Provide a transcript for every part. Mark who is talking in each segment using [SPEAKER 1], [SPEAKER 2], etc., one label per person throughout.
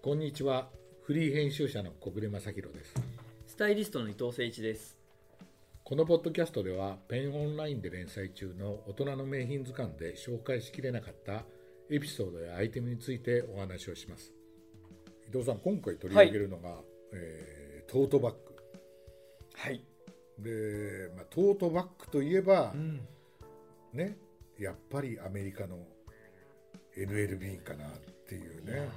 [SPEAKER 1] こんにちは。フリー編集者の小暮正弘です。
[SPEAKER 2] スタイリストの伊藤誠一です。
[SPEAKER 1] このポッドキャストでは、ペンオンラインで連載中の大人の名品図鑑で紹介しきれなかったエピソードやアイテムについてお話をします。伊藤さん、今回取り上げるのが、えートートバッ
[SPEAKER 2] はい。
[SPEAKER 1] グ。で、まあ、トートバッグといえば、
[SPEAKER 2] ん。
[SPEAKER 1] ね、やっぱりアメリカの NLB かなっていうね。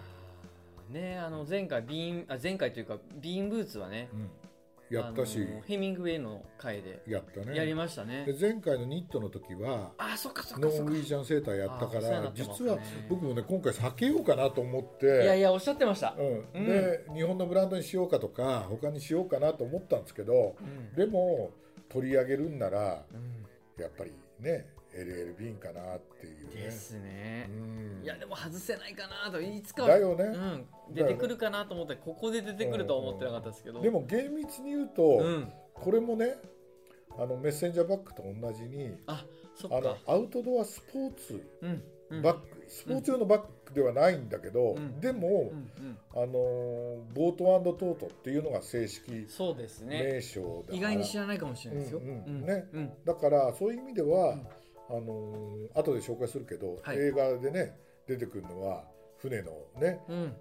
[SPEAKER 2] ねあの前回ビーンあ前回というかビーンブーツはね、
[SPEAKER 1] うん、やったし、
[SPEAKER 2] あのヘミングウェイの回で
[SPEAKER 1] やったね。
[SPEAKER 2] やりましたね。
[SPEAKER 1] で前回のニットの時は
[SPEAKER 2] あそっかそっ
[SPEAKER 1] ノ
[SPEAKER 2] かそ
[SPEAKER 1] ーウ
[SPEAKER 2] っか。
[SPEAKER 1] ィージャンセーターやったか
[SPEAKER 2] あお世話
[SPEAKER 1] ら、
[SPEAKER 2] になってます
[SPEAKER 1] 実は僕もね今回避けようかなと思って
[SPEAKER 2] いやいやおっしゃってました。
[SPEAKER 1] うんで日本のブランドにしようかとか他にしようかなと思ったんですけど
[SPEAKER 2] うん
[SPEAKER 1] でも取り上げるんなら
[SPEAKER 2] うん
[SPEAKER 1] やっぱりね LL ビンかなっていうね。
[SPEAKER 2] ですね
[SPEAKER 1] う。ん
[SPEAKER 2] いやでも外せないかなといつかは
[SPEAKER 1] だよね、
[SPEAKER 2] うん出てくるかなと思ってここで出てくるとは思ってなかったですけど。
[SPEAKER 1] でも厳密に言うと、
[SPEAKER 2] うん
[SPEAKER 1] これもねあのメッセンジャーバッグと同じに
[SPEAKER 2] あそっ
[SPEAKER 1] あ
[SPEAKER 2] か
[SPEAKER 1] の。アウトドアスポーツ
[SPEAKER 2] うんうん
[SPEAKER 1] バッグ、スポーツ用のバッグではないんだけど、
[SPEAKER 2] うん
[SPEAKER 1] でも、
[SPEAKER 2] うんうん
[SPEAKER 1] あのーボートトートっていうのが正式
[SPEAKER 2] そうですね。
[SPEAKER 1] 名称だから、
[SPEAKER 2] 意外に知らないかもしれないですよ。
[SPEAKER 1] うんうん
[SPEAKER 2] うん
[SPEAKER 1] ね
[SPEAKER 2] うん
[SPEAKER 1] だからそういう意味では、あのー後で紹介するけど、
[SPEAKER 2] はい
[SPEAKER 1] 映画でね出てくるのは船のね
[SPEAKER 2] うん。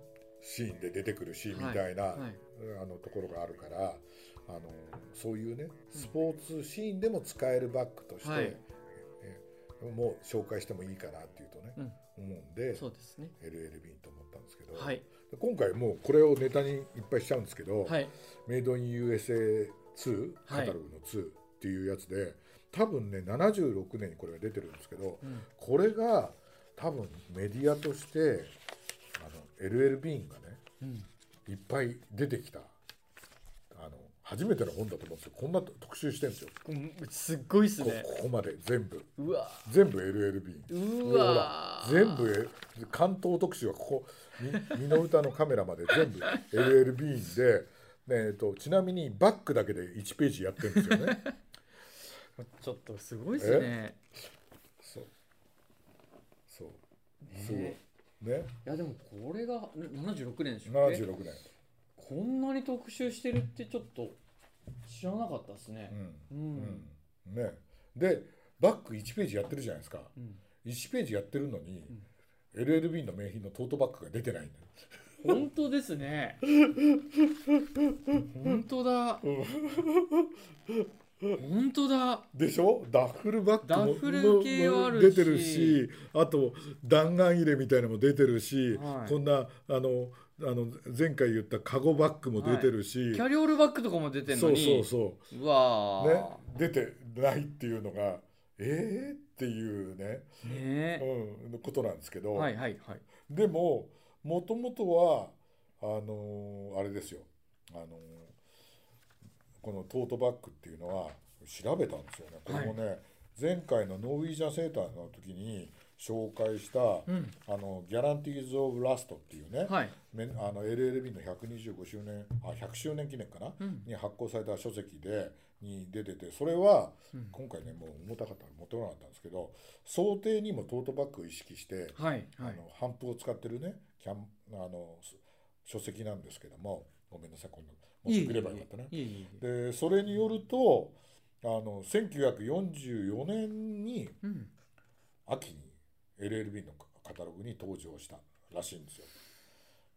[SPEAKER 1] シーンで出てくるシーンみたいな、あのところがあるから、あのーそういうねスポーツシーンでも使えるバッグとして、
[SPEAKER 2] はい
[SPEAKER 1] えもう紹介してもいいかなっていうとね、
[SPEAKER 2] うん
[SPEAKER 1] 思うんで
[SPEAKER 2] そうですね。
[SPEAKER 1] LL ビンと思ったんですけど、
[SPEAKER 2] はい。
[SPEAKER 1] 今回もうこれをネタにいっぱいしちゃうんですけど、
[SPEAKER 2] はい。
[SPEAKER 1] メイドイン USA2 カ
[SPEAKER 2] はい
[SPEAKER 1] タログの2っていうやつで、多分ね76年にこれが出てるんですけど
[SPEAKER 2] うん。
[SPEAKER 1] これが多分メディアとしてあの LL ビーンがね
[SPEAKER 2] うん。
[SPEAKER 1] いっぱい出てきたあの初めての本だと思うんですよこんな特集してるんですよ、
[SPEAKER 2] うんすっごいっす
[SPEAKER 1] こ
[SPEAKER 2] ね。
[SPEAKER 1] ここまで全部
[SPEAKER 2] うわ。
[SPEAKER 1] 全部 LL ビーン
[SPEAKER 2] う
[SPEAKER 1] ほら
[SPEAKER 2] わ。
[SPEAKER 1] 全部え関東特集はここみ二の歌のカメラまで全部 LLB で、ねえっと、ちなみにバックだけで1ページやってるんですよね。
[SPEAKER 2] ちょっとすごいっすね。
[SPEAKER 1] そうそう
[SPEAKER 2] ね
[SPEAKER 1] すごいね
[SPEAKER 2] いやでもこれが七十六年でしょ。
[SPEAKER 1] 76年、
[SPEAKER 2] こんなに特集してるってちょっと知らなかったですね。う
[SPEAKER 1] うん
[SPEAKER 2] ん。
[SPEAKER 1] うんね、でバック1ページやってるじゃないですか
[SPEAKER 2] うん。
[SPEAKER 1] 1ページやってるのに、LLB の名品のトートバッグが出てないんだよ
[SPEAKER 2] 本当です ね。本当だ。本当だ。
[SPEAKER 1] でしょダッフルバッグも
[SPEAKER 2] ダッフル系はあるし
[SPEAKER 1] も出てるしあと弾丸入れみたいなのも出てるし、
[SPEAKER 2] はい
[SPEAKER 1] こんなあのあの前回言ったカゴバッグも出てるし、
[SPEAKER 2] キャリオールバッグとかも出てんの
[SPEAKER 1] そうそ
[SPEAKER 2] に
[SPEAKER 1] う。そう
[SPEAKER 2] わ
[SPEAKER 1] う、ね
[SPEAKER 2] ー、
[SPEAKER 1] 出てないっていうのがえー、っていうね、
[SPEAKER 2] ね。
[SPEAKER 1] うん、ことなんですけど、
[SPEAKER 2] はいはいはい。
[SPEAKER 1] でももともとはあのーあれですよ、あのーこのトートバッグっていうのは調べたんですよねこれもね、前回のノーウィージャンセーターの時に紹介した、
[SPEAKER 2] うん。
[SPEAKER 1] あのギャランティーズ・オブ・ラストっていうね、
[SPEAKER 2] はい。
[SPEAKER 1] めあの LLB の125周年あ100周年記念かな、
[SPEAKER 2] うん。
[SPEAKER 1] に発行された書籍でに出ててそれは
[SPEAKER 2] うん
[SPEAKER 1] 今回ねもう重たかったから持ってこなかったんですけど想定にもトートバッグを意識して
[SPEAKER 2] はい
[SPEAKER 1] あ
[SPEAKER 2] は
[SPEAKER 1] の
[SPEAKER 2] い。
[SPEAKER 1] ハンプを使ってるねキャンあのす書籍なんですけどもごめんなさいこんなの持ってくればよかったね。
[SPEAKER 2] いえいえいえ。
[SPEAKER 1] でそれによるとあの1944年に
[SPEAKER 2] うん。
[SPEAKER 1] 秋に LLB のカタログに登場したらしいんですよ。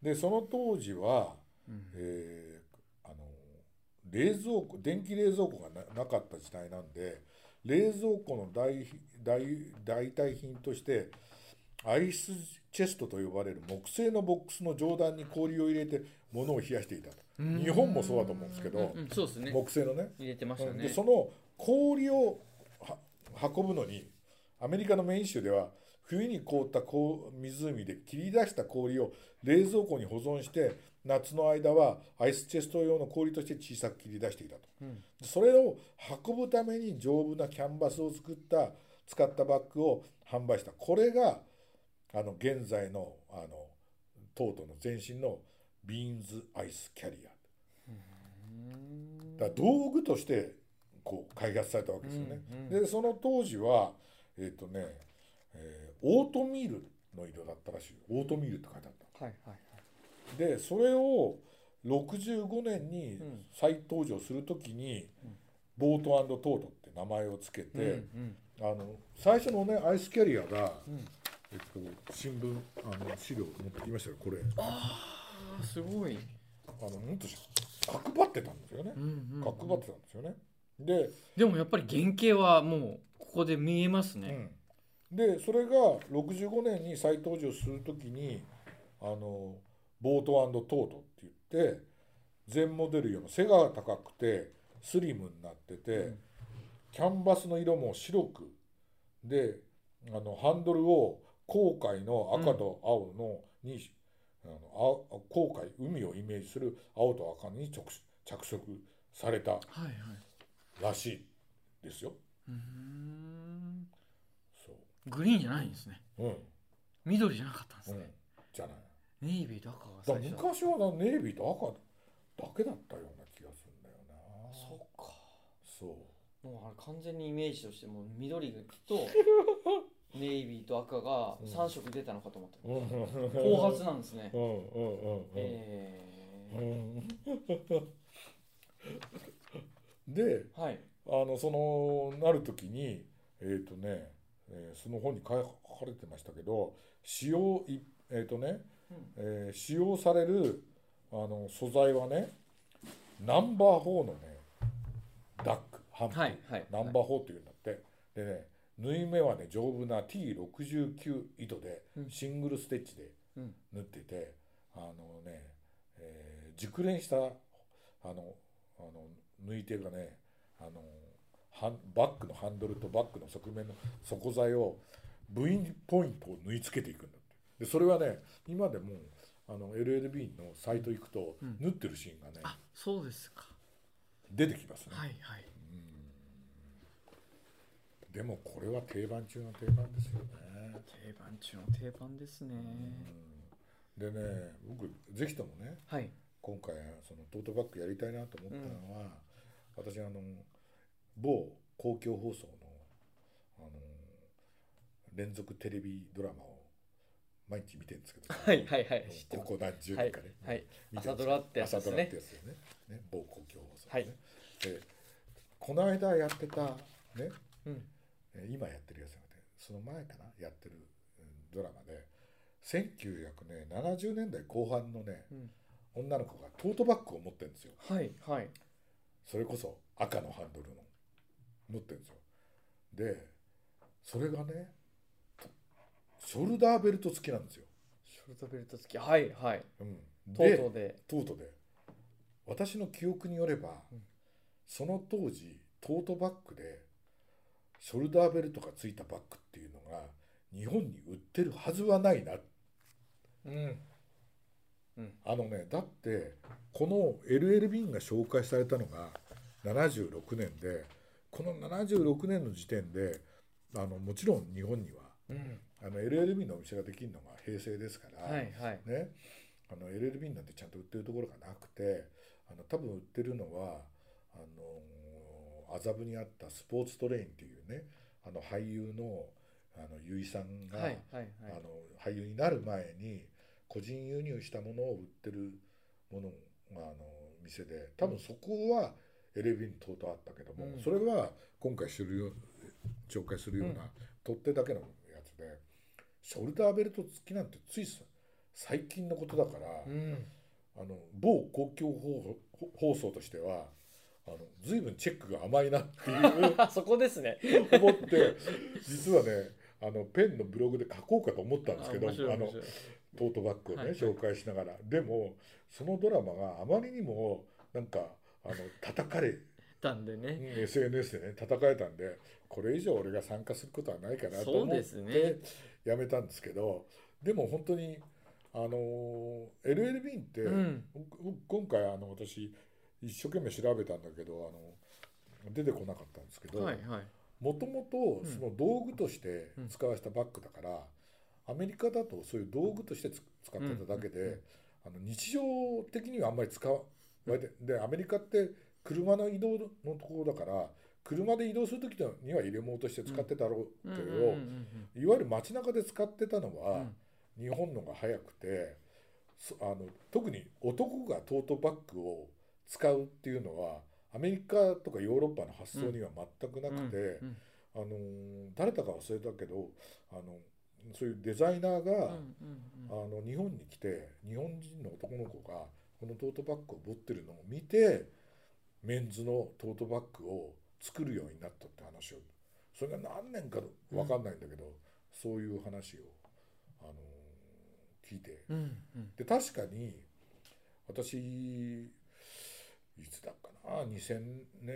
[SPEAKER 1] でその当時は、
[SPEAKER 2] うん
[SPEAKER 1] えーあの冷蔵庫電気冷蔵庫がななかった時代なんで冷蔵庫の代代代替品としてアイスチェストと呼ばれる木製のボックスの上段に氷を入れて物を冷やしていたと
[SPEAKER 2] うん
[SPEAKER 1] 日本もそうだと思うんですけど、
[SPEAKER 2] うんうんそうですね。
[SPEAKER 1] 木製のね
[SPEAKER 2] 入れてましたね。
[SPEAKER 1] でその氷をは運ぶのにアメリカのメイン州では冬に凍ったこう湖で切り出した氷を冷蔵庫に保存して夏の間はアイスチェスト用の氷として小さく切り出していたと
[SPEAKER 2] うん
[SPEAKER 1] でそれを運ぶために丈夫なキャンバスを作った使ったバッグを販売したこれがあの現在のあのトートの前身のビーンズアイスキャリアだから道具としてこう開発されたわけですよね。
[SPEAKER 2] うんうん
[SPEAKER 1] でその当時はえっ、とね、えーオートミールの色だったらしいオートミールって書いてあった
[SPEAKER 2] はいはいはい。
[SPEAKER 1] でそれを65年に
[SPEAKER 2] うん
[SPEAKER 1] 再登場する時に
[SPEAKER 2] うん
[SPEAKER 1] 「ボートトート」って名前をつけ
[SPEAKER 2] うんう
[SPEAKER 1] て、
[SPEAKER 2] ん
[SPEAKER 1] あの最初のねアイスキャリアが、
[SPEAKER 2] うん
[SPEAKER 1] えっと、新聞あの資料持ってきましたよこれ
[SPEAKER 2] あーすごい、
[SPEAKER 1] あのもっとし角張ってたんですよね
[SPEAKER 2] うんうんうん
[SPEAKER 1] 角張ってたんですよね。で,、
[SPEAKER 2] でもやっぱり原型はもうここで見えます
[SPEAKER 1] う
[SPEAKER 2] ね、
[SPEAKER 1] ん、でそれが65年に再登場する時に「あのボートトート」って言って全モデルよりも背が高くてスリムになってて、
[SPEAKER 2] うん
[SPEAKER 1] キャンバスの色も白くであのハンドルを航海の赤と青のに、あのあ航海海をイメージする青と赤に直し着色された
[SPEAKER 2] はいはい
[SPEAKER 1] らしいですよ。
[SPEAKER 2] うーん
[SPEAKER 1] そ
[SPEAKER 2] グリーンじゃないんですね
[SPEAKER 1] ううん
[SPEAKER 2] 緑じゃなかったんです
[SPEAKER 1] う
[SPEAKER 2] ね、
[SPEAKER 1] ん、じゃない。
[SPEAKER 2] ネイビーと赤が
[SPEAKER 1] だ
[SPEAKER 2] 最初だ
[SPEAKER 1] 昔はなネイビーと赤だけだったような気がするんだよな。
[SPEAKER 2] そっか
[SPEAKER 1] そう。
[SPEAKER 2] もうあれ完全にイメージとしてもう緑 とネイビーと赤が
[SPEAKER 1] うん
[SPEAKER 2] 3色出たのかと思った、後
[SPEAKER 1] 後
[SPEAKER 2] 発なんですね、
[SPEAKER 1] うんうんうんうん。
[SPEAKER 2] え
[SPEAKER 1] う
[SPEAKER 2] ー
[SPEAKER 1] んで
[SPEAKER 2] はい
[SPEAKER 1] あのそのなる時にえっ、とね、えーその本に書かれてましたけど使用いえっ、とね、
[SPEAKER 2] うん
[SPEAKER 1] えー使用されるあの素材はねナンバー4のねダックハンプ、
[SPEAKER 2] はいはい
[SPEAKER 1] ナンバー4っていうんだってでね縫い目はね丈夫な T69 糸で
[SPEAKER 2] うん
[SPEAKER 1] シングルステッチで
[SPEAKER 2] うん
[SPEAKER 1] 縫ってて、あのね、えー熟練したあのあの縫い手がねあのハンバッグのハンドルとバッグの側面の底材を V ポイントを縫い付けていくんだってでそれはね今でもあの LLB のサイト行くと、
[SPEAKER 2] うん
[SPEAKER 1] 縫ってるシーンがね
[SPEAKER 2] あそうですか
[SPEAKER 1] 出てきますね、
[SPEAKER 2] はいはい
[SPEAKER 1] でもこれは定番中の定番ですよね
[SPEAKER 2] 定番中の定番ですね
[SPEAKER 1] でね僕ぜひともね
[SPEAKER 2] はい
[SPEAKER 1] 今回そのトートバッグやりたいなと思ったのは、私あの某公共放送のあの連続テレビドラマを毎日見てるんですけど、
[SPEAKER 2] はいはいはい知って
[SPEAKER 1] こ
[SPEAKER 2] ます
[SPEAKER 1] こ何十
[SPEAKER 2] は
[SPEAKER 1] 年
[SPEAKER 2] い
[SPEAKER 1] かね、
[SPEAKER 2] はい
[SPEAKER 1] 見てるんですけど
[SPEAKER 2] 朝ドラってやつで
[SPEAKER 1] 朝
[SPEAKER 2] す
[SPEAKER 1] ドラっ
[SPEAKER 2] ね
[SPEAKER 1] てやつですねね某公共放送、ね
[SPEAKER 2] はい
[SPEAKER 1] でこの間やってたね
[SPEAKER 2] うん
[SPEAKER 1] えー今やってるやつじゃなくてその前かなやってるうんドラマで1970年代後半のね
[SPEAKER 2] うん
[SPEAKER 1] 女の子がトートバッグを持ってるんですよ
[SPEAKER 2] はいはい
[SPEAKER 1] それこそ赤のハンドルの持ってるんですよでそれがねとショルダーベルト付きなんですよ、
[SPEAKER 2] ショルトベルト付きはいはい
[SPEAKER 1] うん、
[SPEAKER 2] とうとうで
[SPEAKER 1] トートで私の記憶によれば、
[SPEAKER 2] うん
[SPEAKER 1] その当時トートバッグでショルダーベルトがついたバッグっていうのが日本に売ってるはずはないな
[SPEAKER 2] うん
[SPEAKER 1] あのねだってこの LL ビンが紹介されたのが76年でこの76年の時点であのもちろん日本には
[SPEAKER 2] うん
[SPEAKER 1] あの LL ビンのお店ができるのが平成ですから、
[SPEAKER 2] はいはい
[SPEAKER 1] ね、あの LLB なんてちゃんと売ってるところがなくてあの多分売ってるのはあの麻布にあったスポーツトレインっていうねあの俳優のあの結衣さんが、
[SPEAKER 2] はいはいはい
[SPEAKER 1] あの俳優になる前に個人輸入したものを売ってるものがあの店で多分そこは LLB にとうとうあったけども、
[SPEAKER 2] うん
[SPEAKER 1] それは今回知るよ紹介するような、
[SPEAKER 2] うん
[SPEAKER 1] 取っ手だけのやつでショルダーベルト付きなんてついさ最近のことだから、
[SPEAKER 2] うん
[SPEAKER 1] あの某公共放放送としてはあの随分チェックが甘いなっていう
[SPEAKER 2] あそこですね
[SPEAKER 1] 思っ て実はねあのペンのブログで書こうかと思ったんですけど
[SPEAKER 2] あ面白い
[SPEAKER 1] あの
[SPEAKER 2] 面白い
[SPEAKER 1] トートバッグをね、
[SPEAKER 2] はいはい
[SPEAKER 1] 紹介しながらでもそのドラマがあまりにもなんかあの叩かれ、
[SPEAKER 2] たんで
[SPEAKER 1] う
[SPEAKER 2] ね
[SPEAKER 1] ん SNS でね叩かれたんでこれ以上俺が参加することはないかなと
[SPEAKER 2] そう
[SPEAKER 1] 思っ
[SPEAKER 2] です
[SPEAKER 1] て
[SPEAKER 2] ね
[SPEAKER 1] やめたんですけどでも本当にあの LLB って、
[SPEAKER 2] うん
[SPEAKER 1] 僕僕今回あの私一生懸命調べたんだけどあの出てこなかったんですけど、
[SPEAKER 2] はいはい
[SPEAKER 1] もともとその道具として使わせたバッグだから、アメリカだとそういう道具としてつ使ってただけで、
[SPEAKER 2] うんうん
[SPEAKER 1] あの日常的にはあんまり使われて、でアメリカって車の移動のところだから車で移動する時には入れ物として使ってたろうけど、
[SPEAKER 2] うんうんうんうん
[SPEAKER 1] いわゆる街中で使ってたのは、
[SPEAKER 2] うん
[SPEAKER 1] 日本のが早くてそあの特に男がトートバッグを使うっていうのはアメリカとかヨーロッパの発想には全くなくて、
[SPEAKER 2] うん
[SPEAKER 1] あのー誰だか忘れたけどあのそういうデザイナーが、
[SPEAKER 2] うんうん
[SPEAKER 1] あの日本に来て日本人の男の子がこのトートバッグを持ってるのを見てメンズのトートバッグを作るようになったって話をそれが何年か分かんないんだけど、そういう話を、あのー聞いて
[SPEAKER 2] うんうん
[SPEAKER 1] で確かに私いつだっかな2000年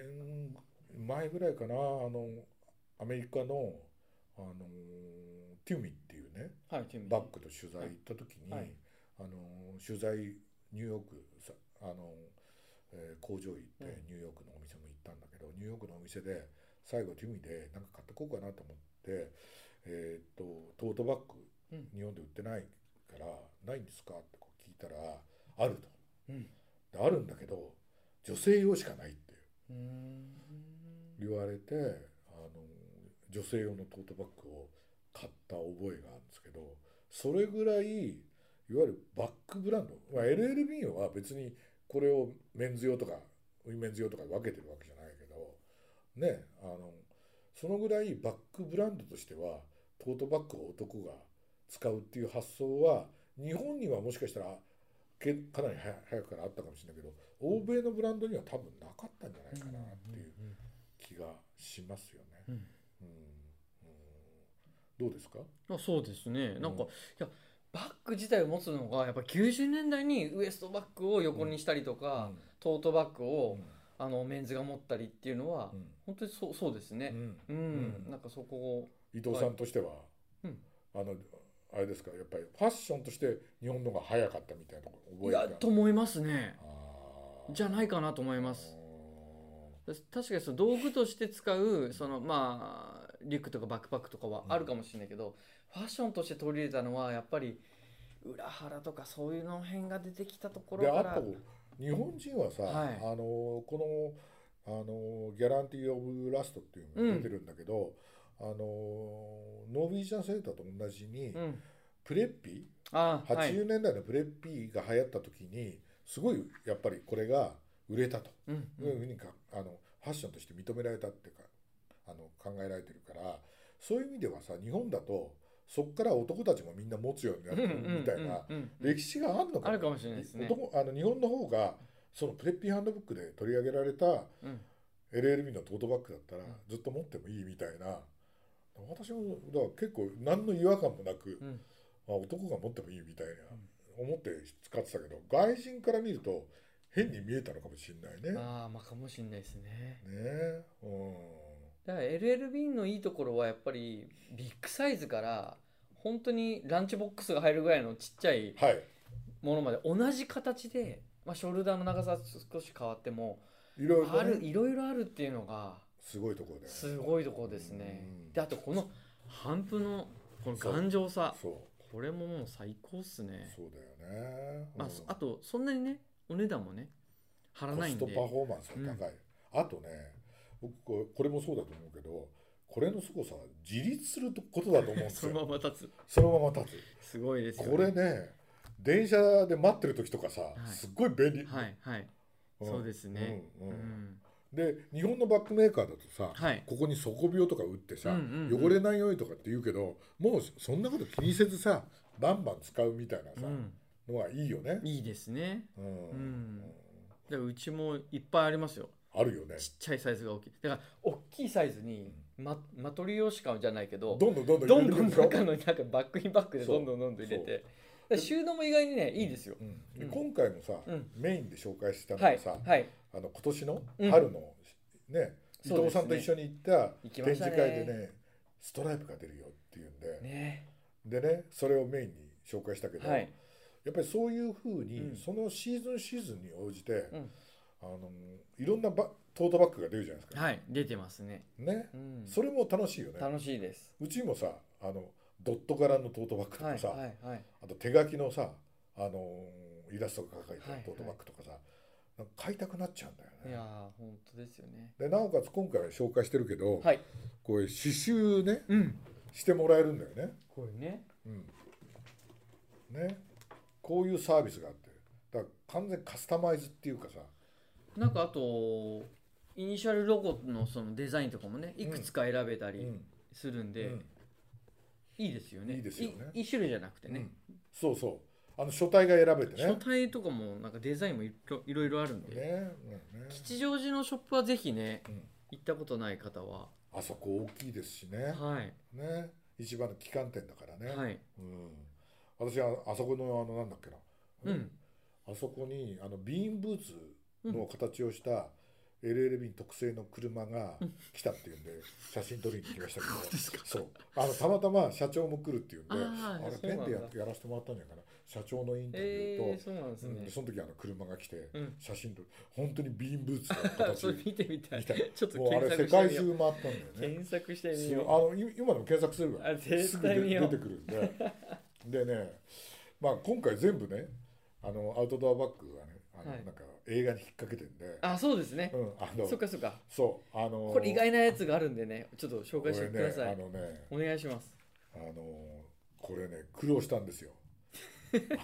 [SPEAKER 1] 前ぐらいかなあのアメリカの、あのテューミっていうね
[SPEAKER 2] はいティム
[SPEAKER 1] バックと取材行った時に、
[SPEAKER 2] はい
[SPEAKER 1] あの取材ニューヨークさあの、えー工場行って
[SPEAKER 2] うん
[SPEAKER 1] ニューヨークのお店も行ったんだけど、ニューヨークのお店で最後ティミで何か買ってこうかなと思って、えーっとトートバッグ
[SPEAKER 2] うん
[SPEAKER 1] 日本で売ってないからないんですかってこう聞いたらある
[SPEAKER 2] うん
[SPEAKER 1] とであるんだけど女性用しかないって
[SPEAKER 2] うーん
[SPEAKER 1] 言われてあの女性用のトートバッグを買った覚えがあるんですけどそれぐらいいわゆるバックブランド、まあ、LLB は別にこれをメンズ用とかウィメンズ用とかに分けてるわけじゃないけどねあのそのぐらいバックブランドとしてはトートバッグを男が使うっていう発想は日本にはもしかしたらけかなり早早くからあったかもしれないけど欧米のブランドには多分なかったんじゃないかなっていう気がしますよね。
[SPEAKER 2] うん
[SPEAKER 1] うんうんどうですか？
[SPEAKER 2] あそうですねなんか、
[SPEAKER 1] うん
[SPEAKER 2] いやバッグ自体を持つのがやっぱ90年代にウエストバッグを横にしたりとか、トートバッグ
[SPEAKER 1] う
[SPEAKER 2] を、
[SPEAKER 1] ん
[SPEAKER 2] あのメンズが持ったりっていうのは、
[SPEAKER 1] うん
[SPEAKER 2] 本当にそうそうですね
[SPEAKER 1] うん
[SPEAKER 2] うん、
[SPEAKER 1] うん
[SPEAKER 2] なんかそこを
[SPEAKER 1] 伊藤さんとしては、
[SPEAKER 2] うん
[SPEAKER 1] あのあれですか、やっぱりファッションとして日本のが早かったみたいなとこ
[SPEAKER 2] い
[SPEAKER 1] 覚
[SPEAKER 2] や
[SPEAKER 1] えて
[SPEAKER 2] と思いますね
[SPEAKER 1] あー
[SPEAKER 2] じゃないかなと思います私確かにその道具として使うそのまあリュックとかバックパックとかはあるかもしれないけど、ファッションとして取り入れたのはやっぱり裏腹とかそういうの辺が出てきたところ
[SPEAKER 1] で
[SPEAKER 2] か
[SPEAKER 1] あ
[SPEAKER 2] ら
[SPEAKER 1] と日本人はさ、
[SPEAKER 2] はい
[SPEAKER 1] あのこのあの「ギャランティー・オブ・ラスト」っていうのが出てるんだけど、あのノービージャンセンターと同じに、
[SPEAKER 2] うん
[SPEAKER 1] プレッピ
[SPEAKER 2] あーはい
[SPEAKER 1] 80年代のプレッピーが流行った時にすごいやっぱりこれが売れたと
[SPEAKER 2] うんう
[SPEAKER 1] いうんふうにかあのファッションとして認められたっていうかあの考えられてるからそういう意味ではさ日本だとそっから男たちもみんな持つようにな
[SPEAKER 2] うんうん
[SPEAKER 1] るみたいな
[SPEAKER 2] うんうんうん
[SPEAKER 1] 歴史があるのか
[SPEAKER 2] あるかもしれないですね
[SPEAKER 1] 男あの日本の方がそのプレッピーハンドブックで取り上げられた
[SPEAKER 2] うん、
[SPEAKER 1] LLB のトートバッグだったら
[SPEAKER 2] うん
[SPEAKER 1] ずっと持ってもいいみたいな私もだから結構何の違和感もなく、
[SPEAKER 2] うん
[SPEAKER 1] あ男が持ってもいいみたいな思って使ってたけど外人から見ると変に見えたのかもしれないね。ね
[SPEAKER 2] ああまあかもしれないですね
[SPEAKER 1] えうん
[SPEAKER 2] だから LLB のいいところはやっぱりビッグサイズから本当にランチボックスが入るぐらいのちっちゃい
[SPEAKER 1] はい
[SPEAKER 2] ものまで同じ形で、まあ、ショルダーの長さは少し変わっても
[SPEAKER 1] いろい
[SPEAKER 2] あ
[SPEAKER 1] ろね、
[SPEAKER 2] るいろいろあるっていうのが
[SPEAKER 1] すごいところだよね
[SPEAKER 2] すごいところですね
[SPEAKER 1] うん
[SPEAKER 2] であとこの半分のこの頑丈さ
[SPEAKER 1] そう
[SPEAKER 2] これももう最高っすね
[SPEAKER 1] そうだよね。
[SPEAKER 2] まあ
[SPEAKER 1] うん
[SPEAKER 2] そあとそんなにねお値段もね張ら
[SPEAKER 1] コ
[SPEAKER 2] ない
[SPEAKER 1] ス
[SPEAKER 2] んで
[SPEAKER 1] トパフォーマンスが高い、あとね僕これこれもそうだと思うけどこれの凄さは自立することだと思うんです
[SPEAKER 2] その
[SPEAKER 1] よ
[SPEAKER 2] まま立つ
[SPEAKER 1] そのまま立
[SPEAKER 2] すごいで
[SPEAKER 1] つ
[SPEAKER 2] すよ
[SPEAKER 1] これね電車で待ってる時とかさ、
[SPEAKER 2] い
[SPEAKER 1] すっごい便利、
[SPEAKER 2] はいはい
[SPEAKER 1] うん
[SPEAKER 2] そうですね
[SPEAKER 1] うん
[SPEAKER 2] う
[SPEAKER 1] うん
[SPEAKER 2] ん
[SPEAKER 1] で日本のバッグメーカーだとさ、
[SPEAKER 2] はい
[SPEAKER 1] ここに底病とか打ってさ、
[SPEAKER 2] うんうんうん
[SPEAKER 1] 汚れないようにとかって言うけどもうそんなこと気にせずさバンバン使うみたいな
[SPEAKER 2] う
[SPEAKER 1] さ、
[SPEAKER 2] ん
[SPEAKER 1] のはいいよね、
[SPEAKER 2] いいですね
[SPEAKER 1] うん
[SPEAKER 2] んでうちもいっぱいありますよ
[SPEAKER 1] あるよね
[SPEAKER 2] ちっちゃいサイズが大きいだから大きいサイズにまマトリ用しかじゃないけど
[SPEAKER 1] どんどんどんどん
[SPEAKER 2] ど
[SPEAKER 1] 入れ
[SPEAKER 2] ん
[SPEAKER 1] て
[SPEAKER 2] ど
[SPEAKER 1] く
[SPEAKER 2] ん
[SPEAKER 1] でしょ
[SPEAKER 2] 中のなんかバックインバックで
[SPEAKER 1] そう
[SPEAKER 2] どんどんどんどん入れてだから収納も意外にねいいですよ、
[SPEAKER 1] うん
[SPEAKER 2] うん
[SPEAKER 1] 今回もさ、
[SPEAKER 2] うん
[SPEAKER 1] メインで紹介したの
[SPEAKER 2] は
[SPEAKER 1] が
[SPEAKER 2] い
[SPEAKER 1] さ、
[SPEAKER 2] はい
[SPEAKER 1] あの今年の
[SPEAKER 2] うん
[SPEAKER 1] 春の、ね伊
[SPEAKER 2] そうです
[SPEAKER 1] 藤
[SPEAKER 2] ね
[SPEAKER 1] さんと一緒に行った
[SPEAKER 2] 行き
[SPEAKER 1] 展
[SPEAKER 2] まし
[SPEAKER 1] 示
[SPEAKER 2] たね
[SPEAKER 1] 会でねストライプが出るよっていうんで、
[SPEAKER 2] ね
[SPEAKER 1] でねそれをメインに紹介したけど、
[SPEAKER 2] はい
[SPEAKER 1] やっぱりそういうふうに、
[SPEAKER 2] うん
[SPEAKER 1] そのシーズンシーズンに応じて、
[SPEAKER 2] ん
[SPEAKER 1] あのいろんなバトートバッグが出るじゃないですか、
[SPEAKER 2] はい出てますね、
[SPEAKER 1] ね
[SPEAKER 2] うん、
[SPEAKER 1] それも楽しいよね
[SPEAKER 2] 楽しいです
[SPEAKER 1] うちもさあのドット柄のトートバッグと
[SPEAKER 2] は
[SPEAKER 1] か
[SPEAKER 2] い
[SPEAKER 1] さ、
[SPEAKER 2] はいはい
[SPEAKER 1] あと手書きのさ、あのーイラストが書いてあ
[SPEAKER 2] はいは
[SPEAKER 1] る
[SPEAKER 2] い
[SPEAKER 1] トートバッグとかさ、なんか買いたくなっちゃうんだよ
[SPEAKER 2] い
[SPEAKER 1] ね。
[SPEAKER 2] やー本当ですよね
[SPEAKER 1] でなおかつ今回は紹介してるけど、
[SPEAKER 2] はい
[SPEAKER 1] こういう刺繍ね
[SPEAKER 2] うん
[SPEAKER 1] してもらえるんだよね。
[SPEAKER 2] これね
[SPEAKER 1] うん、ねこういうサービスがあってだから完全にカスタマイズっていうかさ
[SPEAKER 2] なんかあとイニシャルロゴのそのデザインとかもねいくつか選べた
[SPEAKER 1] う
[SPEAKER 2] り
[SPEAKER 1] ん
[SPEAKER 2] するん
[SPEAKER 1] う
[SPEAKER 2] で、
[SPEAKER 1] ん
[SPEAKER 2] いいですよね
[SPEAKER 1] いいですよね
[SPEAKER 2] い一種類じゃなくてね、
[SPEAKER 1] うんそうそうあの書体が選べて
[SPEAKER 2] 書
[SPEAKER 1] ね
[SPEAKER 2] 体とかもなんかデザインもいろいろいろあるんで、
[SPEAKER 1] ね、うんね
[SPEAKER 2] 吉祥寺のショップはぜひね、
[SPEAKER 1] うん
[SPEAKER 2] 行ったことない方は
[SPEAKER 1] あそこ大きいですしね
[SPEAKER 2] はい
[SPEAKER 1] ね一番の旗艦店だからね、
[SPEAKER 2] はい
[SPEAKER 1] うん、私はあそこのあのなんだっけな、
[SPEAKER 2] うん
[SPEAKER 1] あそこにあのビーンブーツの形をした LL 便特製の車が来たっていうんで写真撮りに来ましたけ どそうあのたまたま社長も来るっていうんで
[SPEAKER 2] あ
[SPEAKER 1] あれ
[SPEAKER 2] ーそうな
[SPEAKER 1] ペ
[SPEAKER 2] んだ
[SPEAKER 1] ンでややらせてもらったんじゃないかな社長のインタビューと、
[SPEAKER 2] えー、そうなんです
[SPEAKER 1] うん
[SPEAKER 2] ね
[SPEAKER 1] で、その時あの車が来て、
[SPEAKER 2] うん
[SPEAKER 1] 写真撮る本当にビーンブーツの
[SPEAKER 2] それ
[SPEAKER 1] 形
[SPEAKER 2] 見てみたい
[SPEAKER 1] みたい
[SPEAKER 2] ちょっと
[SPEAKER 1] もうあれ世
[SPEAKER 2] 検索して
[SPEAKER 1] 界
[SPEAKER 2] みよう
[SPEAKER 1] 中回ったんだよね。
[SPEAKER 2] 検索してみ
[SPEAKER 1] そう
[SPEAKER 2] よ
[SPEAKER 1] あのい今でも検索するか
[SPEAKER 2] あ
[SPEAKER 1] らす
[SPEAKER 2] 絶
[SPEAKER 1] ぐ
[SPEAKER 2] 対
[SPEAKER 1] で
[SPEAKER 2] 見よ
[SPEAKER 1] 出
[SPEAKER 2] う
[SPEAKER 1] てくるんででね、まあ、今回全部ねあのアウトドアバッグがねあの、
[SPEAKER 2] はい
[SPEAKER 1] なんか映画に引っ掛けてんで
[SPEAKER 2] うあそうですね
[SPEAKER 1] う、ん、あの
[SPEAKER 2] そっかそっか
[SPEAKER 1] そうあの
[SPEAKER 2] これ意外なやつがあるんでねちょっと紹介して
[SPEAKER 1] こ
[SPEAKER 2] く
[SPEAKER 1] れ
[SPEAKER 2] ださい、
[SPEAKER 1] ねあのね
[SPEAKER 2] お願いします
[SPEAKER 1] あのこれね苦労したん ですよあのね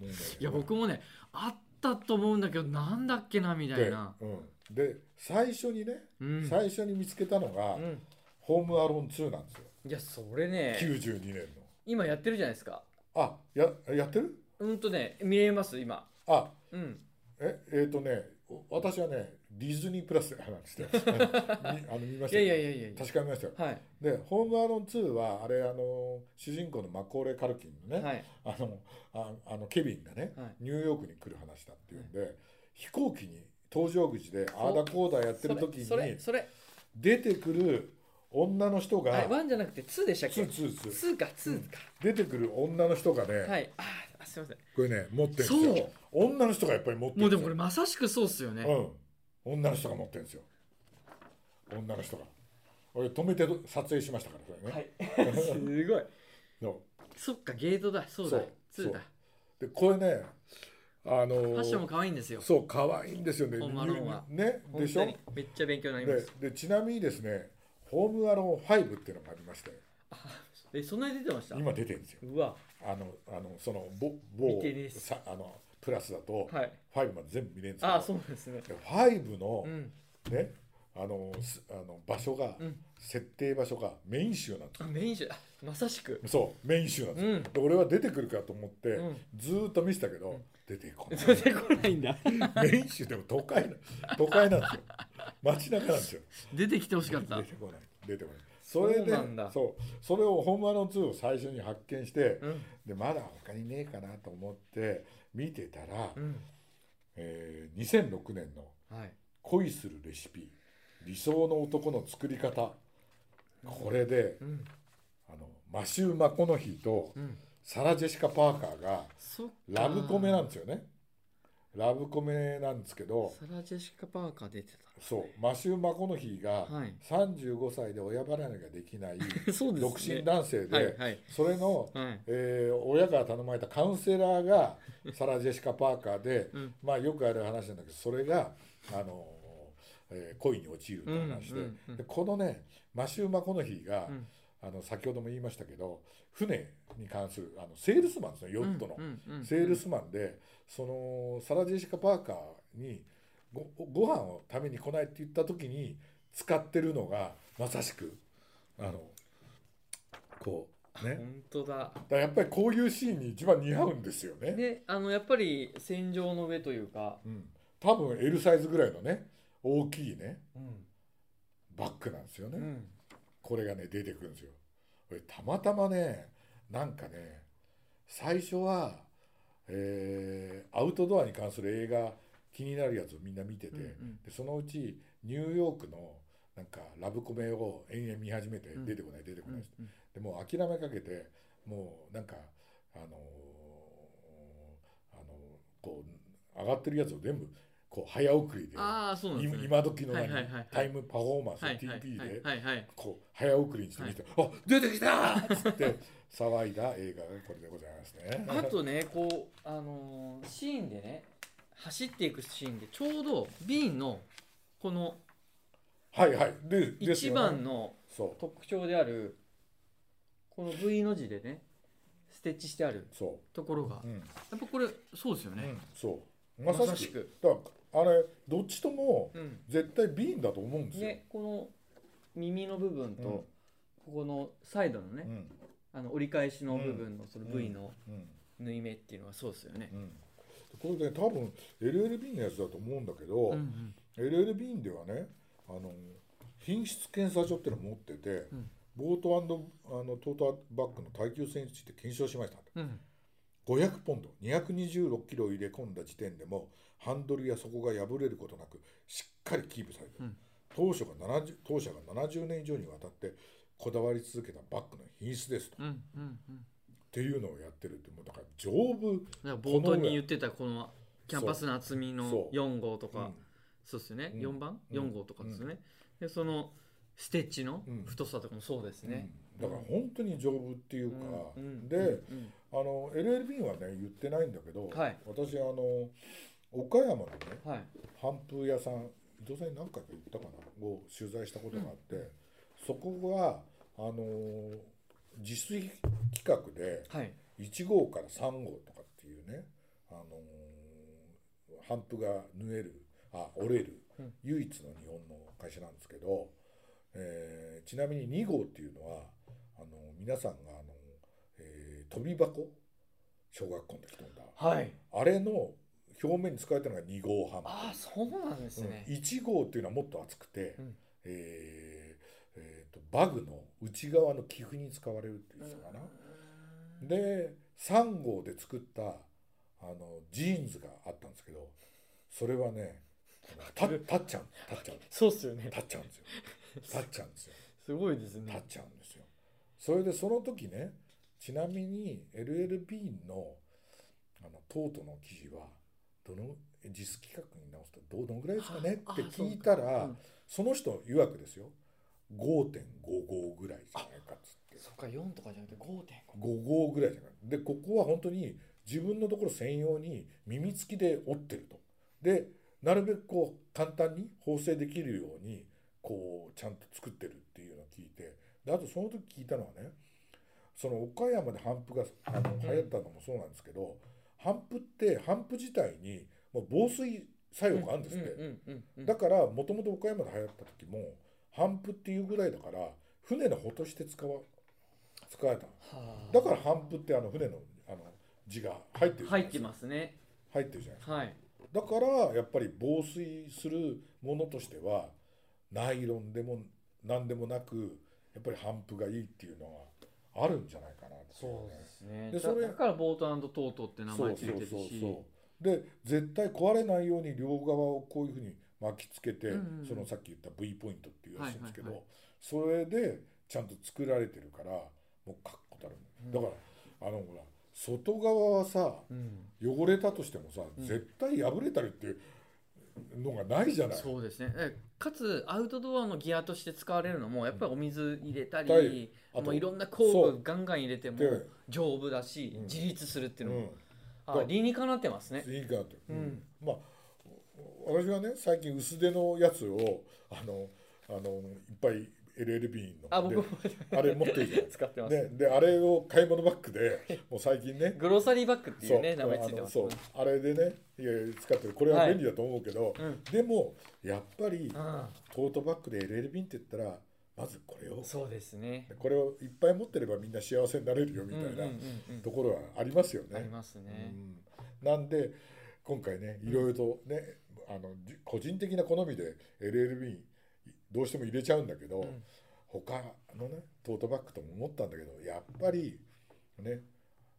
[SPEAKER 1] もうね
[SPEAKER 2] いや僕もねあったと思うんだけどなんだっけなみたいな
[SPEAKER 1] で,、うん、で最初にね、
[SPEAKER 2] うん、
[SPEAKER 1] 最初に見つけたのが、
[SPEAKER 2] うん、
[SPEAKER 1] ホームアローン2」なんですよ
[SPEAKER 2] いやそれね
[SPEAKER 1] 92年の
[SPEAKER 2] 今やってるじゃないですか
[SPEAKER 1] あややってる
[SPEAKER 2] うんとね見れます今
[SPEAKER 1] あ
[SPEAKER 2] うん
[SPEAKER 1] ええーとねお私はねディズニープラスで話してあ の見あの見まし
[SPEAKER 2] い
[SPEAKER 1] た
[SPEAKER 2] や
[SPEAKER 1] よ
[SPEAKER 2] いやいやいやいや
[SPEAKER 1] 確かめましたよ
[SPEAKER 2] はい
[SPEAKER 1] で「ホームアローン2」はあれあの主人公のマコーレー・カルキンのね、
[SPEAKER 2] はい
[SPEAKER 1] あのああのケビンがね、
[SPEAKER 2] はい
[SPEAKER 1] ニューヨークに来る話だっていうんで、飛行機に搭乗口であーだこうだやってる時
[SPEAKER 2] それ
[SPEAKER 1] に
[SPEAKER 2] それ
[SPEAKER 1] 出てくる女の人
[SPEAKER 2] それあ
[SPEAKER 1] が
[SPEAKER 2] ワンじゃなくてツーでしたっ
[SPEAKER 1] ツ
[SPEAKER 2] け
[SPEAKER 1] ーツーツー
[SPEAKER 2] ツーかツーか、
[SPEAKER 1] 出てくる女の人がね、
[SPEAKER 2] はいあーあすいません
[SPEAKER 1] これね持ってるんです
[SPEAKER 2] そ
[SPEAKER 1] よ
[SPEAKER 2] う
[SPEAKER 1] 女の人がやっぱり持ってるん
[SPEAKER 2] もうで
[SPEAKER 1] ですよ
[SPEAKER 2] もこれまさしくそうっすよね、
[SPEAKER 1] うん、女の人が持ってるんですよ女の人が俺止めて撮影しましたからそれね、
[SPEAKER 2] はいすごい
[SPEAKER 1] そ
[SPEAKER 2] そっかゲートだそう
[SPEAKER 1] そ
[SPEAKER 2] だ
[SPEAKER 1] う
[SPEAKER 2] ツーだ
[SPEAKER 1] そでこれねあの
[SPEAKER 2] ファッションも可愛いんですよ
[SPEAKER 1] そう可愛いんですよね
[SPEAKER 2] ホームアローンは
[SPEAKER 1] ね
[SPEAKER 2] 本
[SPEAKER 1] でしょ
[SPEAKER 2] 当にめっちゃ勉強になりま
[SPEAKER 1] ですでちなみにですねホームアローン5っていうのがありまして
[SPEAKER 2] えそんなに出てました
[SPEAKER 1] 今出てるんですよ
[SPEAKER 2] うわ
[SPEAKER 1] あのあのそのぼ某
[SPEAKER 2] 見てねえっす
[SPEAKER 1] さあのプラスだと
[SPEAKER 2] はい
[SPEAKER 1] 5まで全部見れるんです
[SPEAKER 2] あ
[SPEAKER 1] け
[SPEAKER 2] そう
[SPEAKER 1] ど、
[SPEAKER 2] なんですね
[SPEAKER 1] で5の
[SPEAKER 2] うん
[SPEAKER 1] ねあのすあの場所が、
[SPEAKER 2] うん
[SPEAKER 1] 設定場所がメイン州なんですよ
[SPEAKER 2] あメインじゃあまさしく
[SPEAKER 1] そうメイン州なんですよ、
[SPEAKER 2] うん
[SPEAKER 1] で俺は出てくるかと思って、
[SPEAKER 2] うん
[SPEAKER 1] ずーっと見せたけど、出てこ
[SPEAKER 2] 出てこないんだ
[SPEAKER 1] ないメイン州でも都会な都会なんですよ街中なんですよ
[SPEAKER 2] 出てきてほし
[SPEAKER 1] 出
[SPEAKER 2] か
[SPEAKER 1] て
[SPEAKER 2] った
[SPEAKER 1] こない出てこないそれで
[SPEAKER 2] そうなんだ
[SPEAKER 1] そうそれを「ホームアローン2」を最初に発見して、
[SPEAKER 2] うん
[SPEAKER 1] でまだ他にねえかなと思って見てたら、
[SPEAKER 2] うん
[SPEAKER 1] えー2006年の
[SPEAKER 2] はい
[SPEAKER 1] 「恋するレシピ理想の男の作り方」これで、
[SPEAKER 2] うん
[SPEAKER 1] あのマシュー・マコノヒーと
[SPEAKER 2] うん
[SPEAKER 1] サラ・ジェシカ・パーカーが
[SPEAKER 2] そっか
[SPEAKER 1] ラブコメなんですよね。ラブコメなんですけど、
[SPEAKER 2] サラ・ジェシカ・パーカー出て
[SPEAKER 1] そう、マシュー・マコノヒーが
[SPEAKER 2] たはい
[SPEAKER 1] 35歳で親離れができない
[SPEAKER 2] そうですね
[SPEAKER 1] 独身男性
[SPEAKER 2] はい
[SPEAKER 1] で、
[SPEAKER 2] はい
[SPEAKER 1] それの、
[SPEAKER 2] はい
[SPEAKER 1] えー親から頼まれたカウンセラー がサラ・ジェシカ・パーカーで
[SPEAKER 2] うん、
[SPEAKER 1] まあよくある話なんだけど、それが、あのえー恋に落ちるって話で
[SPEAKER 2] うんうんうん
[SPEAKER 1] でこのね、マシュー・マコノヒーが
[SPEAKER 2] う、ん
[SPEAKER 1] あの先ほども言いましたけど、船に関するあのセールスマンですね、ヨットの
[SPEAKER 2] う。んうんうん
[SPEAKER 1] セールスマンでそのサラ・ジェシカ・パーカーにごご飯を食べに来ないって言った時に使ってるのがまさしくあのこうね
[SPEAKER 2] 本当だ
[SPEAKER 1] だからやっぱりこういうシーンに一番似合うんですよね
[SPEAKER 2] であのやっぱり戦場の上というか、
[SPEAKER 1] うん、多分 L サイズぐらいのね大きいね
[SPEAKER 2] うん
[SPEAKER 1] バッグなんですよね、これがね出てくるんですよ俺たまたまねなんかね最初は、えーアウトドアに関する映画気になるやつをみんな見てて、
[SPEAKER 2] うんうん
[SPEAKER 1] でそのうちニューヨークのなんかラブコメを延々見始めて
[SPEAKER 2] うん
[SPEAKER 1] 出てこない出てこ
[SPEAKER 2] う
[SPEAKER 1] ない、
[SPEAKER 2] ん
[SPEAKER 1] でもう諦めかけてもうなんかあのーあのーこう上がってるやつを全部こう早送りで
[SPEAKER 2] ああそうなんです
[SPEAKER 1] 今
[SPEAKER 2] ね
[SPEAKER 1] 今時の何、
[SPEAKER 2] はいはいはいはい
[SPEAKER 1] タイムパフォーマンス、
[SPEAKER 2] はいはい
[SPEAKER 1] TP で、
[SPEAKER 2] はいはいはい
[SPEAKER 1] こう早送りにしてみて、あ出てきた ーっつって騒いだ映画がこれでございますね。
[SPEAKER 2] あとねこうあのーシーンでね走っていくシーンでちょうど瓶のこの
[SPEAKER 1] はいはい。で、です
[SPEAKER 2] 一
[SPEAKER 1] よね
[SPEAKER 2] 番の
[SPEAKER 1] そ
[SPEAKER 2] 特徴であるこの V の字でねスステッチしてある
[SPEAKER 1] そ
[SPEAKER 2] ところが
[SPEAKER 1] う、うん
[SPEAKER 2] やっぱこれそうですよ
[SPEAKER 1] う
[SPEAKER 2] ね、
[SPEAKER 1] ん、そうまさ
[SPEAKER 2] まさ
[SPEAKER 1] し
[SPEAKER 2] し
[SPEAKER 1] く
[SPEAKER 2] く
[SPEAKER 1] だからあれどっちとも
[SPEAKER 2] うん
[SPEAKER 1] 絶対瓶だと思うんですよ、
[SPEAKER 2] でこの耳の部分と、
[SPEAKER 1] うん
[SPEAKER 2] ここのサイドのね、
[SPEAKER 1] うん
[SPEAKER 2] あの折り返しの部分のその
[SPEAKER 1] うん
[SPEAKER 2] V の
[SPEAKER 1] うん
[SPEAKER 2] 縫い目っていうのはそうですよね
[SPEAKER 1] う、ん、これね多分 LLB のやつだと思うんだけど、
[SPEAKER 2] うん
[SPEAKER 1] LLB ではねあの品質検査所っていうのを持ってて、
[SPEAKER 2] うん
[SPEAKER 1] ボートあのトートバッグの耐久性について検証しました
[SPEAKER 2] うんうん
[SPEAKER 1] 500ポンド226キロを入れ込んだ時点でもハンドルや底が破れることなくしっかりキープされてる、
[SPEAKER 2] うん
[SPEAKER 1] 当初が70当社が70年以上にわたってこだわり続けたバッグの品質ですと、っ
[SPEAKER 2] うんうんうん
[SPEAKER 1] ていうのをやってるってもうだから丈夫
[SPEAKER 2] だから冒頭に言ってたこのキャンパスの厚み
[SPEAKER 1] そ
[SPEAKER 2] の
[SPEAKER 1] う
[SPEAKER 2] 4号と
[SPEAKER 1] う
[SPEAKER 2] か
[SPEAKER 1] ん
[SPEAKER 2] そうですよね、
[SPEAKER 1] うん
[SPEAKER 2] 4番、
[SPEAKER 1] うん
[SPEAKER 2] 4号とかですよね、でそのステッチの
[SPEAKER 1] うん
[SPEAKER 2] 太さとかもそうですね、
[SPEAKER 1] うんだから本当に丈夫っていうか、
[SPEAKER 2] うんうん
[SPEAKER 1] で、
[SPEAKER 2] うん
[SPEAKER 1] あの LLB はね言ってないんだけど、
[SPEAKER 2] はい
[SPEAKER 1] 私あの岡山のね
[SPEAKER 2] はい
[SPEAKER 1] 帆風屋さん伊藤さんに何回か言ったかなを取材したことがあって、そこはあの自炊企画で
[SPEAKER 2] はい
[SPEAKER 1] 1号から3号とかっていうねあの帆布が縫えるあ折れる
[SPEAKER 2] うん
[SPEAKER 1] 唯一の日本の会社なんですけど、えーちなみに2号っていうのはあの皆さんがあの、えー飛び箱小学校の時飛んだ
[SPEAKER 2] はい
[SPEAKER 1] あれの表面に使われたのが2号半
[SPEAKER 2] ああそうなんですね、
[SPEAKER 1] うん、1号っていうのはもっと厚くて、
[SPEAKER 2] うん
[SPEAKER 1] えーえーとバグの内側の寄付に使われるっていうのかな。で3号で作ったあのジーンズがあったんですけどそれはね た立っちゃう立っちゃう
[SPEAKER 2] そうっすよね
[SPEAKER 1] 立っちゃうんですよ立っちゃうんですよ
[SPEAKER 2] すごいで
[SPEAKER 1] 立
[SPEAKER 2] す
[SPEAKER 1] っ
[SPEAKER 2] ね
[SPEAKER 1] ちゃうんですよそれでその時ねちなみに LLB のあのトートの記事はどの実企画に直すとどどのぐらいですかね
[SPEAKER 2] あ
[SPEAKER 1] って
[SPEAKER 2] あそう
[SPEAKER 1] 聞いたら、
[SPEAKER 2] うん
[SPEAKER 1] その人曰くですよ5.55ぐらいじゃないかっつって
[SPEAKER 2] そっか4とかじゃなくて5.5
[SPEAKER 1] 5号ぐらいじゃないでここは本当に自分のところ専用に耳付きで折ってるとでなるべくこう簡単に縫製できるようにこうちゃんと作ってるっていうのを聞いてであとその時聞いたのはねその岡山で帆布があの流行ったのもそうなんですけど帆布って帆布自体にもう防水作用があるんですって、
[SPEAKER 2] うんうんうんうん
[SPEAKER 1] だからもともと岡山で流行った時も帆布っていうぐらいだから船の帆として使わ使えたの。
[SPEAKER 2] はあ
[SPEAKER 1] だから帆布ってあの船のあの字が入ってるじゃな
[SPEAKER 2] 入
[SPEAKER 1] いで
[SPEAKER 2] っ
[SPEAKER 1] す
[SPEAKER 2] て
[SPEAKER 1] か
[SPEAKER 2] ますね
[SPEAKER 1] 入ってるじゃないです
[SPEAKER 2] はい
[SPEAKER 1] かだからやっぱり防水するものとしてはナイロンでも何でもなくやっぱり帆布がいいっていうのはあるんじゃないかなっていね
[SPEAKER 2] すね
[SPEAKER 1] で
[SPEAKER 2] だ
[SPEAKER 1] それ
[SPEAKER 2] だからボートトートって名前ついてる
[SPEAKER 1] そうそうそう
[SPEAKER 2] し
[SPEAKER 1] そうで絶対壊れないように両側をこういうふうに巻きつけて、
[SPEAKER 2] うんうんうん
[SPEAKER 1] そのさっき言った V ポイントっていうらしいんですけど、
[SPEAKER 2] はいは
[SPEAKER 1] それでちゃんと作られてるからもう確固たる
[SPEAKER 2] うん
[SPEAKER 1] だからあのほら外側はさ
[SPEAKER 2] うん
[SPEAKER 1] 汚れたとしてもさ、
[SPEAKER 2] うん
[SPEAKER 1] 絶対破れたりっていうのがないじゃない。
[SPEAKER 2] そうですねえかつアウトドアのギアとして使われるのもやっぱりお水入れた
[SPEAKER 1] だ
[SPEAKER 2] り
[SPEAKER 1] い、あと
[SPEAKER 2] もういろんな工
[SPEAKER 1] そ
[SPEAKER 2] 具ガンガン入れても
[SPEAKER 1] で
[SPEAKER 2] 丈夫だし、
[SPEAKER 1] うん
[SPEAKER 2] 自立するっていうのも、
[SPEAKER 1] だ
[SPEAKER 2] あ理にかなってますね
[SPEAKER 1] うん、いいかなと、
[SPEAKER 2] うん
[SPEAKER 1] まあ私はね最近薄手のやつをあのあのいっぱい LLB の
[SPEAKER 2] あ僕
[SPEAKER 1] で
[SPEAKER 2] も
[SPEAKER 1] あれ持ってるじゃないです
[SPEAKER 2] 使って
[SPEAKER 1] か。
[SPEAKER 2] ます、
[SPEAKER 1] ね、であれを買い物バッグでもう最近ね
[SPEAKER 2] グロサリーバッグっていうね
[SPEAKER 1] そ
[SPEAKER 2] 名
[SPEAKER 1] う
[SPEAKER 2] 前ついて
[SPEAKER 1] あ
[SPEAKER 2] ま
[SPEAKER 1] の
[SPEAKER 2] すね
[SPEAKER 1] そうあれでねいやいや使ってるこれは便利だと思うけど、
[SPEAKER 2] うん
[SPEAKER 1] でもやっぱり
[SPEAKER 2] あ
[SPEAKER 1] トートバッグで LLB って言ったらまずこれを
[SPEAKER 2] あそうですね
[SPEAKER 1] これをいっぱい持ってればみんな幸せになれるよみたい
[SPEAKER 2] うんうん
[SPEAKER 1] な
[SPEAKER 2] うんうん
[SPEAKER 1] ところはありますよ
[SPEAKER 2] あり
[SPEAKER 1] ね。
[SPEAKER 2] ます
[SPEAKER 1] う
[SPEAKER 2] ね、
[SPEAKER 1] んなんで今回ねいろいろとねあのじ個人的な好みで LLB どうしても入れちゃうんだけど、
[SPEAKER 2] うん
[SPEAKER 1] 他のねトートバッグとも思ったんだけどやっぱりね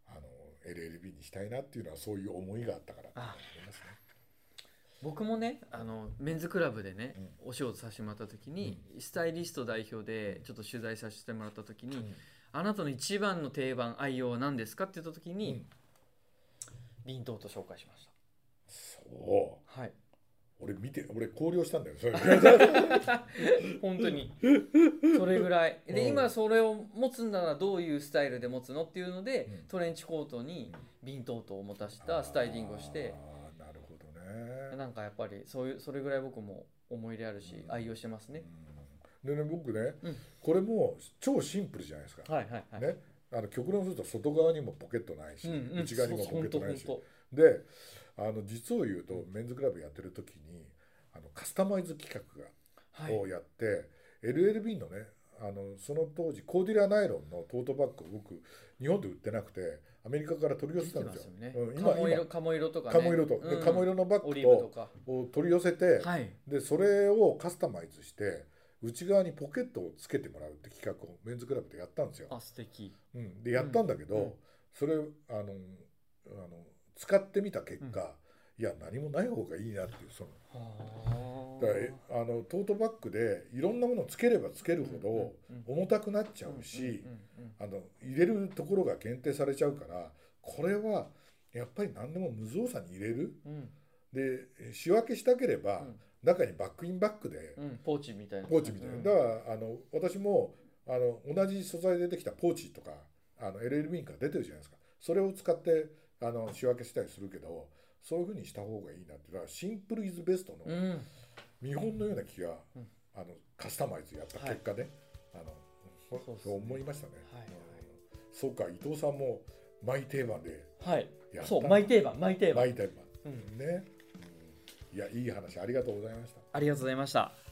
[SPEAKER 1] あの LLB にしたいなっていうのはそういう思いがあったからだと思いますね。
[SPEAKER 2] 僕もねあのメンズクラブでね、
[SPEAKER 1] う
[SPEAKER 2] お仕事させてもらった時に、スタイリスト代表でちょっと取材させてもらった時に、
[SPEAKER 1] うん
[SPEAKER 2] あなたの一番の定番愛用は何ですかって言った時に、
[SPEAKER 1] うん
[SPEAKER 2] ビントート紹介しまし
[SPEAKER 1] そう
[SPEAKER 2] たはい
[SPEAKER 1] 俺見て俺考慮したんだよそれ
[SPEAKER 2] 本当にそれぐらいで、
[SPEAKER 1] うん
[SPEAKER 2] 今それを持つならどういうスタイルで持つのっていうので、
[SPEAKER 1] うん
[SPEAKER 2] トレンチコートにビントートを持たしたスタイリングをして
[SPEAKER 1] あーなるほどね。
[SPEAKER 2] なんかやっぱりそういうそれぐらい僕も思い入れあるし、
[SPEAKER 1] うん
[SPEAKER 2] 愛用してますね、
[SPEAKER 1] うんでね僕ね、
[SPEAKER 2] うん
[SPEAKER 1] これも超シンプルじゃないですか、
[SPEAKER 2] はいはいはい、
[SPEAKER 1] ね、あの極論すると外側にもポケットないし、
[SPEAKER 2] うんうん
[SPEAKER 1] 内側にもポケットないし
[SPEAKER 2] そうそう
[SPEAKER 1] であの実を言うとメンズクラブやってる時にあのカスタマイズ企画が
[SPEAKER 2] ほんとほんとはい
[SPEAKER 1] をやって LLB のねあのその当時コーディラナイロンのトートバッグを僕日本で売ってなくてアメリカから取り寄
[SPEAKER 2] 出
[SPEAKER 1] せ
[SPEAKER 2] て
[SPEAKER 1] たん
[SPEAKER 2] ま
[SPEAKER 1] ですす
[SPEAKER 2] よ
[SPEAKER 1] よ。
[SPEAKER 2] ね
[SPEAKER 1] うん、今
[SPEAKER 2] 鴨
[SPEAKER 1] 今
[SPEAKER 2] 色鴨色とかね
[SPEAKER 1] 鴨色と、で
[SPEAKER 2] うん
[SPEAKER 1] 鴨色のバッ
[SPEAKER 2] オ
[SPEAKER 1] グ
[SPEAKER 2] リーブと
[SPEAKER 1] と
[SPEAKER 2] か
[SPEAKER 1] を取り寄せて、
[SPEAKER 2] はい
[SPEAKER 1] でそれをカスタマイズして内側にポケットをつけてもらうって企画をメンズクラブでやったんですよ。
[SPEAKER 2] あ素敵
[SPEAKER 1] うん、でやったんだけど、
[SPEAKER 2] うん
[SPEAKER 1] それあのあの使ってみた結果、いや何もない方がいいなっていうその
[SPEAKER 2] は
[SPEAKER 1] だからえあのトートバッグでいろんなものをつければつけるほ
[SPEAKER 2] うんうん
[SPEAKER 1] ど
[SPEAKER 2] うん
[SPEAKER 1] 重たくなっち
[SPEAKER 2] ち
[SPEAKER 1] ゃうしあの入れるところが限定されちゃうからこれはやっぱり何でも無造作に入れるで仕分けしたければ中にバックインバッグで
[SPEAKER 2] ポーチみたいな
[SPEAKER 1] ポーチみたいなだからあの私もあの同じ素材でできたポーチとかあの LLB から出てるじゃないですかそれを使ってあの仕分けしたりするけどそういうふうにした方がいいなってだからシンプルイズベストの
[SPEAKER 2] うんうん
[SPEAKER 1] 見本のような気が、
[SPEAKER 2] うん
[SPEAKER 1] あのカスタマイズやった結果ね、あのそ
[SPEAKER 2] そうっすね
[SPEAKER 1] そう思いましたね、
[SPEAKER 2] は
[SPEAKER 1] う
[SPEAKER 2] い
[SPEAKER 1] んそうか伊藤さんもマイ定番で
[SPEAKER 2] はい
[SPEAKER 1] やった
[SPEAKER 2] そうマイ定番マイ定
[SPEAKER 1] マ
[SPEAKER 2] 番
[SPEAKER 1] イ定番、
[SPEAKER 2] うん
[SPEAKER 1] ね、うんいやいい話ありがとうございました
[SPEAKER 2] ありがとうございました